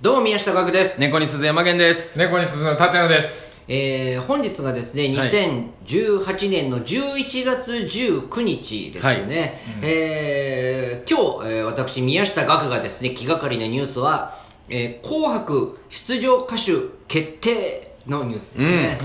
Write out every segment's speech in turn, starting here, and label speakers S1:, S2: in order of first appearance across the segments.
S1: どうも宮下岳です、
S2: 猫に鈴山源です。
S3: 猫に鈴の立野です。
S1: えー、本日がですね
S2: はい
S1: 2018年の11月19日ですね、
S2: はいうん
S1: えー今日、えー私宮下岳がですね気がかりなニュースは「えー紅白出場歌手決定」のニュースですね、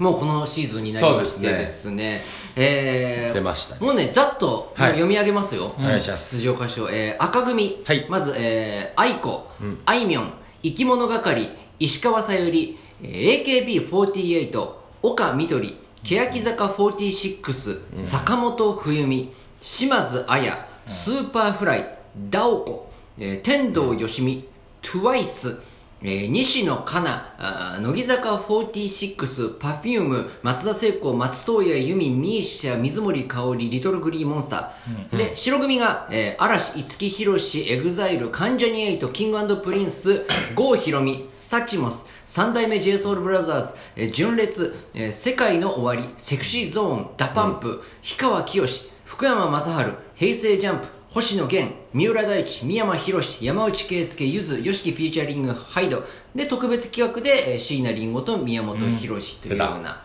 S3: うん。
S1: もうこのシーズンになりまして
S2: そう
S1: で
S2: です
S1: ね、えー
S2: 出ました
S1: もうね、ざっと、
S2: はい
S1: 読み上げますよ。
S2: お願いします
S1: 出場歌手を、えー赤組、
S2: はい
S1: まず、えー、愛子、あいみょん、生き物係、石川さゆり、えー AKB48、岡みどり、欅坂46、坂本冬美、島津綾、スーパーフライ、ダオコ、えー天童よしみ、TWICE、えー西野カナ、あー乃木坂46、パフューム、松田聖子、松任谷由実、ミーシャ、水森かおり、リトルグリーモンスター。で、白組が、えー嵐、五木ひろし、エグザイル、関ジャニエイト、キングプリンス、郷ひろみ、サチモス、三代目 JSOULBROTHERS、えー純烈、えー世界の終わり、セクシーゾーン、ダパンプ、氷川きよし、福山雅治、平成ジャンプ、星野源、三浦大知、三山ひろし、山内圭介、ゆず、よしきフィーチャリング、ハイド。で、特別企画で、えー椎名林檎と宮本浩次というような、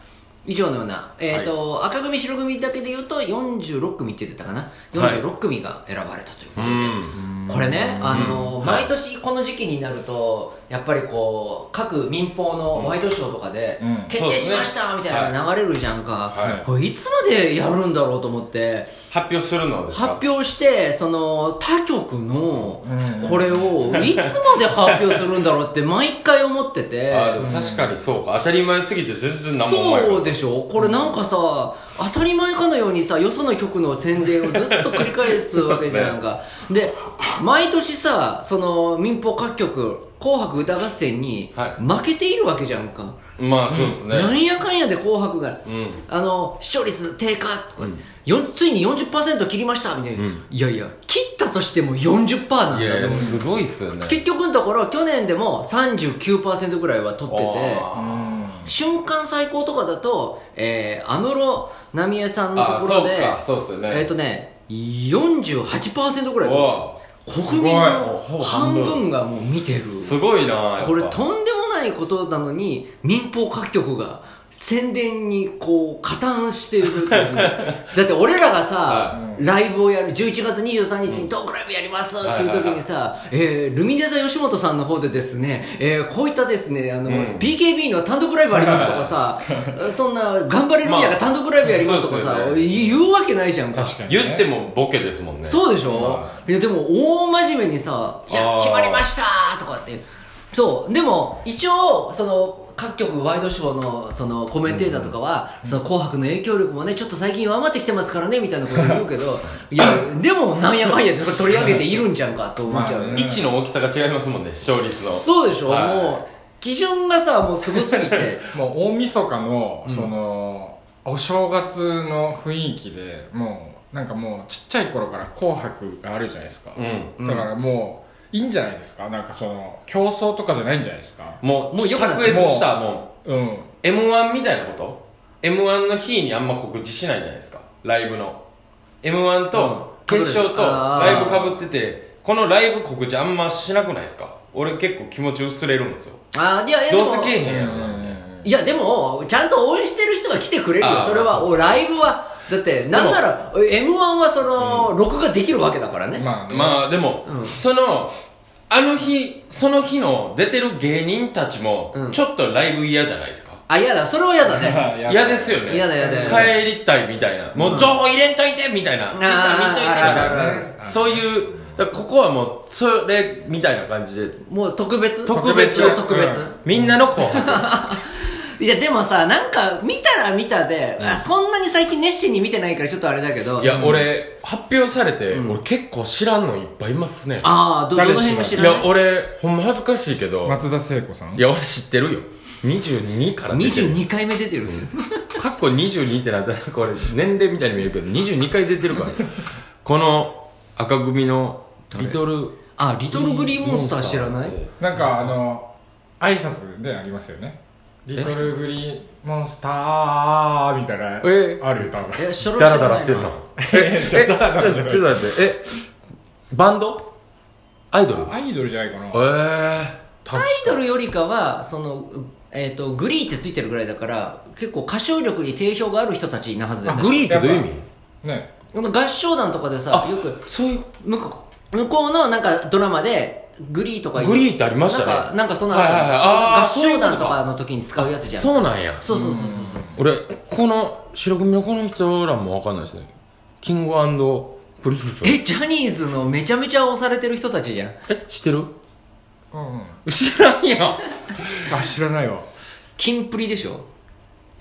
S1: 以上のような、えっ、と、赤組、白組だけで言うと、46組って言ってたかな。
S2: はい
S1: 46組が選ばれたということで、
S2: ん
S1: これね、あのー毎年この時期になると、やっぱりこう、各民放のワイドショーとかで、
S3: うん
S1: 決定しましたみたいなのが流れるじゃんか。
S2: はい
S1: これいつまでやるんだろうと思って、
S2: 発表するのですか
S1: 発表してその他局の
S3: うん
S1: これをいつまで発表するんだろうって毎回思ってて
S2: あーでも確かにそうか。当たり前すぎて全然何も思え
S1: そう
S2: ない。
S1: でしょこれなんかさ当たり前かのようにさよその局の宣伝をずっと繰り返すわけじゃん かで毎年さその民放各局「紅白歌合戦」に
S2: はい
S1: 負けているわけじゃんか、
S2: まあそうですね。
S1: なんやかんやで「紅白」が
S2: うん。
S1: あの視聴率低下とか、よんついに40%切りましたみたいな、いやいや切ったとしても40%なん
S2: いやい
S1: だ
S2: や、
S1: と
S2: すごいっすよね。
S1: 結局のところ去年でも39%ぐらいは取ってて
S3: うん。
S1: 瞬間最高とかだとえー安室奈美恵さんの
S2: あー
S1: ところで
S2: そうかそうっすよね
S1: えっ、とね48%ぐらい
S2: お
S1: 取って国民の
S2: すごいほぼ
S1: 半
S2: 半分
S1: 分がもう見てる
S2: ーすごいなやっぱ
S1: これとんでもないことなのに民放各局が宣伝にこう加担しているという だって俺らがさ、ライブをやる11月23日にトークライブやりますっていう時にさ、えールミネ座吉本さんの方でですね、えーこういったですねあの、
S2: うん
S1: BKB の単独ライブあり ますとかさそんな頑張れルミヤが単独ライブやりますとかさ、
S2: まあそうですよね
S1: 言うわけないじゃんか
S3: 確かに、ね。
S2: 言って。もボケですもんね。
S1: そうでしょ、
S2: はい
S1: やでも大真面目にさ「いや
S2: あー
S1: 決まりました!」とかってそうでも一応その各局ワイドショーのそのコメンテーターとかは「その紅白」の影響力もねちょっと最近弱まってきてますからねみたいなこと言うけど いやでもなんやかんやで取り上げているんじゃんかと思っちゃう、
S3: まあね
S2: 位置の大きさが違いますもんね、視聴率の。
S1: そうでしょ、
S2: はい
S1: もう基準がさもうすごすぎ て
S3: もう大晦日の、その、お正月の雰囲気で、もう、なんかもう、ちっちゃい頃から紅白があるじゃないですか。
S2: うん。
S1: うん
S3: だからもう、いいんじゃないですかなんかその、競争とかじゃないんじゃないですか。
S2: もう、
S1: もう良くなっ
S2: 卓
S1: て
S2: 越した、も
S3: うん。
S2: う、M1 みたいなこと ?M1 の日にあんま告知しないじゃないですか。ライブの。M1 と、
S1: うん
S2: 決勝と、
S1: あ
S2: ライ
S1: ー
S2: ブかぶってて、このライブ告知あんましなくないですか俺結構気持ち薄れるんですよ。
S1: あーいやいやでも
S2: どうせけえ
S3: う
S2: へんやろな、みたいな。
S3: ん。
S1: いやでもちゃんと応援してる人は来てくれるよ
S2: あー
S1: それはおライブはだってなんなら m 1はその、録画できるわけだからね、
S3: まあね。
S2: まあでも、
S1: うん
S2: そのあの日その日の出てる芸人たちも、
S1: うん
S2: ちょっとライブ嫌じゃないですか
S1: あ嫌だそれは嫌だね
S3: や
S2: 嫌ですよね
S1: 嫌だ嫌だ嫌だ
S2: 帰りたいみたいな、もう情報入れんといてみたいな、
S1: あー
S2: ツイッター見といて
S1: あ
S2: みたい
S1: るある
S2: な
S1: あ
S3: るある
S2: そういうだからここはもうそれみたいな感じで
S1: もう特別
S2: 特別
S1: 特別特別、
S3: うん
S2: みんなの紅白
S1: いやでもさなんか見たら見たで、あそんなに最近熱心に見てないからちょっとあれだけど
S2: いや、俺発表されて、
S1: うん
S2: 俺結構知らんのいっぱいいますね
S1: ああどどの
S3: 誰
S1: 辺も知
S2: い
S1: らない
S2: や俺ほんま恥ずかしいけど、
S3: 松田聖子さん
S2: いや俺知ってるよ22から出てる
S1: 22回目出てる、
S2: かっこ22ってなったらこれ年齢みたいに見えるけど22回出てる からこの赤組のリトル
S1: あリトルグリーモンスター知らない
S3: なんかあの挨拶でありますよねリトルグリーモンスターみたいな
S2: え
S3: あるよ多分
S1: えそれは
S2: ダラ
S1: 知らな
S2: ダ
S1: い
S2: ラ
S1: な
S2: してるな ええ ちょっと待ってちょっと待ってえバンドアイドル
S3: アイドルじゃないかな
S2: え
S3: 多
S1: ア
S3: 分
S1: イドルよりかはその、うえー、とグリーってついてるぐらいだから結構歌唱力に定評がある人たちなはずだよ
S2: あグリーってどういう意味
S3: ね
S1: 確か合唱団とかでさよく
S2: そういう
S1: 向こう向こうのなんかドラマでグリーとかいう
S2: グリーってありましたね
S1: なんかなんかそのあった
S2: はいはいはいあー
S1: そ
S2: そうい
S1: の合
S2: う
S1: 唱
S2: ことか
S1: 団とかの時に使うやつじゃんそう
S2: そうなんや
S1: そうそうそう
S2: 俺この白組のこの人らも分かんないですねキングプリンス
S1: えジャニーズのめちゃめちゃ押されてる人たちじゃん
S2: え知ってる
S3: うんうん
S2: 知らんやん
S3: あ知らないわ
S1: キンプリでしょ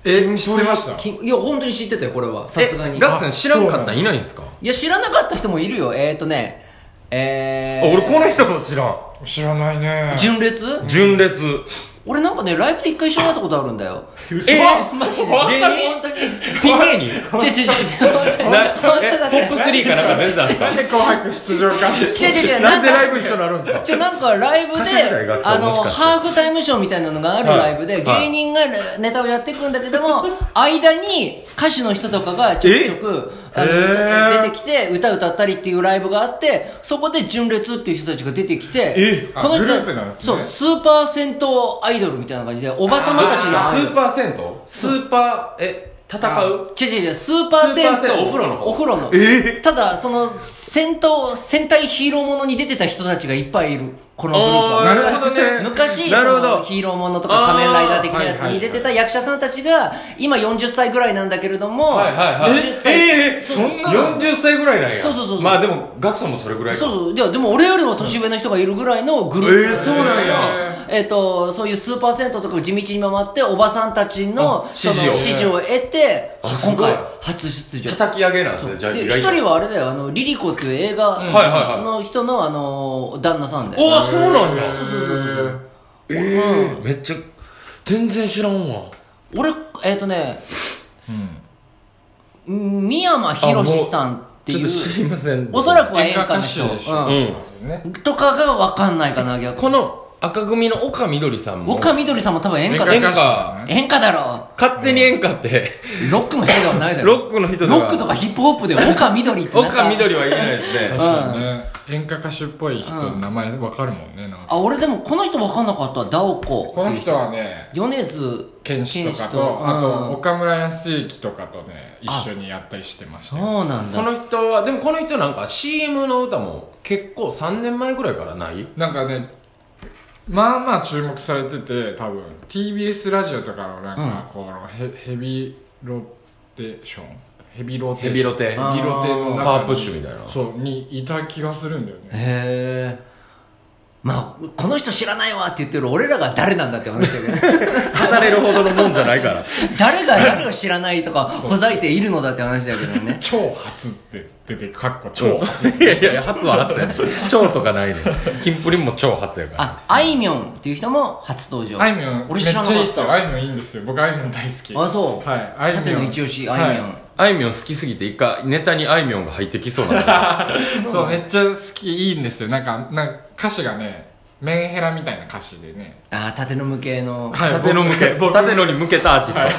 S3: え知ってました
S1: キンいや本当に知ってたよこれはさすがに
S2: えラッツさん知らんかった
S3: あ
S2: んいないんですか
S1: いや知らなかった人もいるよえっ、ー、とねえ
S2: あ
S1: ー、
S2: 俺この人も知らん
S3: 知らないね
S1: 純烈
S2: 純烈
S1: 俺なんかねライブで一回一緒になったことあるんだよ
S3: 嘘
S1: マジで
S2: 本当に
S1: 本当に
S2: ピン芸人
S1: 違う違う違う本当に本
S2: な
S1: 当
S2: え
S1: だっ
S2: トッ
S1: て
S2: プ3かなんか出てたんです
S3: なんで紅白出場か
S1: 違う違う違う
S2: なんでライ
S1: ブ
S2: ブ一緒になるんですか
S1: じゃなんかライブ
S2: 歌手時代
S1: で
S2: 学、生
S1: あの、
S2: もしかして
S1: ハーフタイムショーみたいなのがあるライブで、
S2: はいはい
S1: 芸人がネタをやっていくんだけども、間に歌手の人とかがちょくちょく、あの、
S2: へー
S1: 歌出てきて、歌歌ったりっていうライブがあって、そこで純烈っていう人たちが出てきて
S2: え、
S3: あグループなんですね
S1: そう、スーパー銭湯アイドルみたいな感じで、おばさまたち
S2: あース
S1: の、
S2: ーパー銭湯スーパーえ戦う
S1: 違う違う違う、スーパー銭湯
S2: スーパー銭湯お風呂の方
S1: お風呂の。ただ、その、戦闘、戦隊ヒーローものに出てた人たちがいっぱいいる。このグループは
S2: あーなるほどね
S1: 昔
S2: なるほ
S1: その
S2: ど
S1: ヒーローものとか仮面ライダー的なやつに出てた役者さんたちが今40歳ぐらいなんだけれども、
S2: はいはいはい
S1: 40歳
S2: ええ
S3: そんなの
S2: 40歳ぐらいなんや
S1: そうそうそうそう
S2: まあでもガクさんもそれぐらいか
S1: そうそういやでも俺よりも年上の人がいるぐらいのグループ、
S2: えーそうなん
S3: や
S1: えーとそういうスーパー銭湯とかを地道に回っておばさんたちの
S2: あ
S1: その
S2: 支持を
S1: 支持を得て
S2: あすごい
S1: 今回初出場
S2: 叩き上げなんですねじゃあ
S1: で
S2: 意
S1: 一
S2: 外と
S1: 人はあれだよあのリリコっていう映画
S2: んはいはいはい
S1: の人のあの旦那さんで、
S2: おあそうなんや
S1: そうそうそうそう
S2: ええめっちゃ全然知らんわ
S1: 俺えっ、とね三山ひろしさんって
S2: ちょっ
S1: い
S2: と
S1: う
S2: 知りません
S1: おそらくは演歌の人、
S3: 演歌歌手でしょ
S2: う
S1: うん
S3: ね
S1: ん、とかが分かんないかな逆に
S2: この赤組の岡みどりさんも
S1: 岡みどりさんも多分演歌だ
S2: 演
S1: ろ
S2: 歌
S1: 演歌だろ
S2: 勝手に演歌って
S1: ロックの人ではないだろ
S2: ロックの人では
S1: ロックとかヒップホップで岡みどりってなんか
S2: 岡みどりは言えないで す
S3: 確
S2: ね
S3: かにね演歌歌手っぽい人の名前わかるもんねなんか
S1: あ俺でもこの人分かんなかったわダオコ
S3: この人はね
S1: 米津
S3: 剣士とか
S1: 玄師
S3: とあと
S1: うん
S3: 岡村康之とかとね一緒にやったりしてましたよ
S1: そうなん
S2: こ
S1: だ
S2: の人はでもこの人なんか CM の歌も結構3年前ぐらいからない
S3: なんかねまあまあ注目されてて多分 TBS ラジオとかのなんか、このヘヘビロテーションヘビロテーション
S2: ヘビロテ
S3: ヘビロテの中に
S2: パワープッシュみたいな
S3: そうにいた気がするんだよね
S1: へえまあこの人知らないわって言ってる俺らが誰なんだって話だけど ね
S2: 離れるほどのもんじゃない から
S1: 誰が誰を知らないとかほざいているのだって話だけどね
S3: 超初って出てかっこ超初
S2: いやいやいや初は初や超とかないねキンプリンも超初やから
S1: ああいみょんっていう人も初登場
S3: あいみょんめ
S1: 俺
S3: っ
S1: 知
S3: ち
S1: ら
S3: ゃ
S1: ないかった
S3: いっすよあいみょんいいんですよ僕あいみょん大好き
S1: あそう、
S3: はいあいみょん
S1: 縦の一押しあいみょん、
S3: は
S2: あいみょん好きすぎて一回ネタにあいみょんが入ってきそう なんだ
S3: そうめっちゃ好きいいんですよなんかなんか歌詞がねメンヘラみたいな歌詞でね
S1: ああ縦の向けの
S3: はい
S2: 縦の向け縦のに向けたアーティス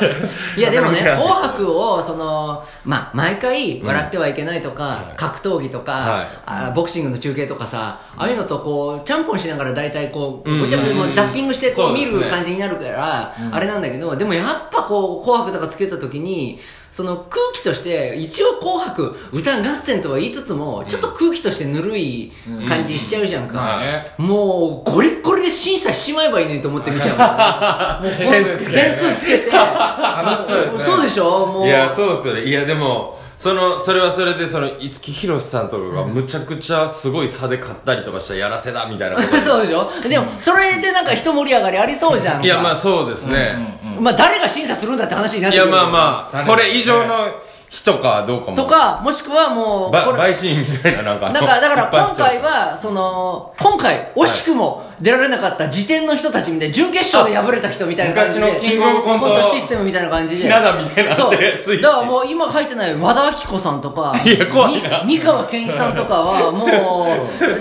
S2: ト、
S1: いやでもね「
S2: なかなか
S1: 紅白」をそのまあ毎回「笑ってはいけない」とか、格闘技とか、
S2: はい
S1: あボクシングの中継とかさ、ああいうのとこうちゃんぽんしながら大体こう、
S2: うん
S1: ごちゃ
S2: うん
S1: もうザッピングしてこう
S2: そうで
S1: 見
S2: す
S1: る
S2: ね
S1: 感じになるから、あれなんだけどでもやっぱこう「紅白」とかつけた時にその空気として一応「紅白」歌合戦とは言いつつもちょっと空気としてぬるい感じしちゃうじゃんか、
S3: まあね
S1: もうゴリッゴリで審査しちまえばいいのにと思って見ちゃうからねもう
S3: 点数つけて
S1: 点数つけて
S3: 楽しそうです ね
S1: そうでしょもう
S2: いやそうっすよねいやでもそのそれはそれでその五木ひろしさんとかがむちゃくちゃすごい差で勝ったりとかしたらやらせだみたいなこ と
S1: そうでしょでもそれでなんか一盛り上がりありそうじゃん
S2: いやまあそうですね、
S1: まあ誰が審査するんだって話になっ
S2: い
S1: てく
S2: や
S1: る
S2: まあまあ
S3: うん
S2: これ以上の人かどうかも
S1: とかもしくはもう
S2: ば
S1: これ
S2: 陪審員みたいななんか
S1: なんかだから今回
S2: は
S1: はその今回惜しくも出られなかった時点の人たちみたいな準決勝で敗れた人みたいな感じで
S2: 昔のキングオブコント
S1: システムみたいな感じで
S2: ひな壇みたいなの
S1: そう
S2: でスイッチ
S1: だからもう今書いてない和田アキ子さんとか
S2: いや怖いな
S1: み三河健一さんとかはも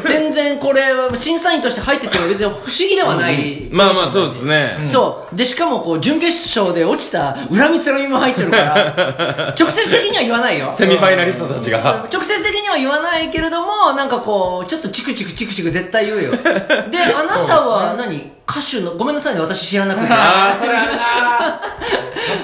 S1: う全然これ審査員として入ってても別に不思議ではない
S2: まあまあそうですね、
S1: そう。で、しかも、こう、準決勝で落ちた恨みつらみも入ってる から、直接的には言わないよ。
S2: セミファイナリストたちが
S1: 直接的に は言わないけれども、なんかこう、ちょっとチクチクチクチク絶対言うよ。で、あなたは、は何歌手のごめんなさいね私知らなくて
S2: ああそ れあ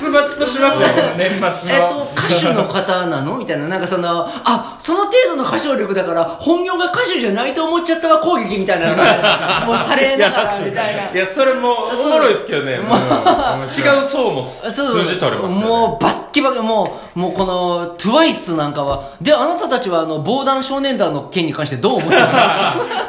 S3: 殺伐としますよ、年末は。
S1: えっと、歌手の方なのみたいな、なんかその、あ、その程度の歌唱力だから、本業が歌手じゃないと思っちゃったわ、攻撃みたいなのが、もうされながら、みたいな
S2: る。ないやそれもお
S1: そう
S2: もろいですけどねもう違う層も
S1: そう
S2: 数字取れますよ、ね、
S1: もうバッキバキもうもうこの TWICE なんかはであなたたちはあの防弾少年団の件に関してどう思ってるの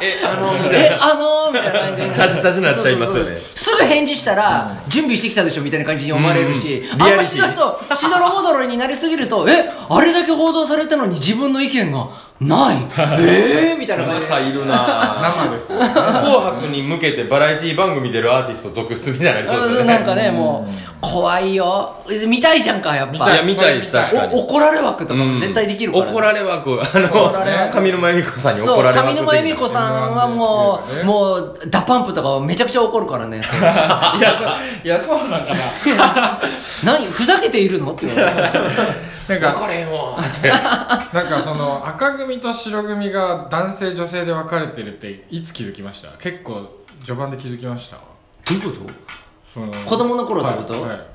S2: えあのみたい
S1: えあのー、みたいな感じで
S2: タジタジになっちゃいますよね
S1: そうそうそうすぐ返事したら、準備してきたでしょみたいな感じに思われるし、
S2: うん
S1: あ
S2: リ
S1: ん
S2: ア
S1: ま
S2: リ
S1: し
S2: ティ
S1: だすとしどろもどろになりすぎるとえあれだけ報道されたのに自分の意見がないええー、みたいな感じで
S2: 朝いるなぁ
S3: 生です よ。
S2: 紅白に向けてバラエティ番組出るアーティスト続出みたいになりそうです
S1: う
S2: よ
S1: ん
S2: ね
S1: なんかねもう怖いよ見たいじゃんかやっ
S2: い
S1: ぱ
S2: や見たいです確かに
S1: お怒られ枠とかも絶対できるから、
S2: うん怒られ枠あ
S1: 怒られ
S2: の
S1: 枠
S2: 上沼恵美子さんに
S1: そ
S2: 怒
S1: う
S2: られ枠
S1: 上沼恵美子さんはもう、
S3: ね
S1: もうダパンプとかめちゃくちゃ怒るからね
S3: いや、そう、いや、そうなんだな。
S1: 何ふざけているのって言われる
S3: なん
S2: 怒
S3: か、
S2: れんわ
S3: なんかその、赤組と白組が男性女性で分かれてるって、いつ気づきました結構、序盤で気づきました
S1: どういうこと
S3: その
S1: 子供の頃ってこと
S3: はいはい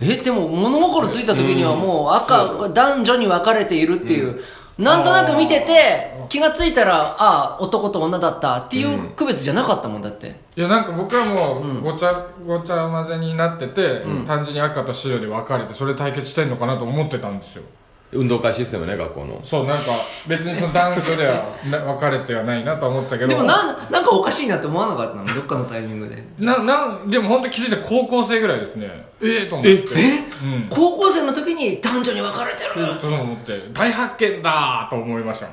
S1: えでも物心ついた時にはもう赤、男女に分かれているっていう、なんとなく見てて気がついたらああ男と女だったっていう区別じゃなかったもんだって、
S3: いやなんか僕はもうごちゃ、ごちゃ混ぜになってて、単純に赤と白で分かれてそれ対決してんのかなと思ってたんですよ
S2: 運動会システムね学校の
S3: そうなんか別にその男女ではな分かれてはないなとは思ったけど
S1: でもなんなんかおかしいなって思わなかったのどっかのタイミングで
S3: ななんでも本当気づいた高校生ぐらいですねええと思ってうん
S1: 高校生の時に男女に分かれてる
S3: と思って大発見だーと思いました